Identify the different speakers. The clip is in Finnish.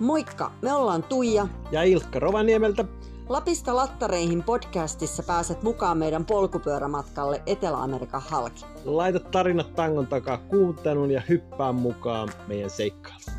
Speaker 1: Moikka, me ollaan Tuija.
Speaker 2: ja Ilkka Rovaniemeltä.
Speaker 1: Lapista Lattareihin podcastissa pääset mukaan meidän polkupyörämatkalle Etelä-Amerikan halki.
Speaker 2: Laita tarinat tangon takaa kuuntelun ja hyppää mukaan meidän seikkailuun.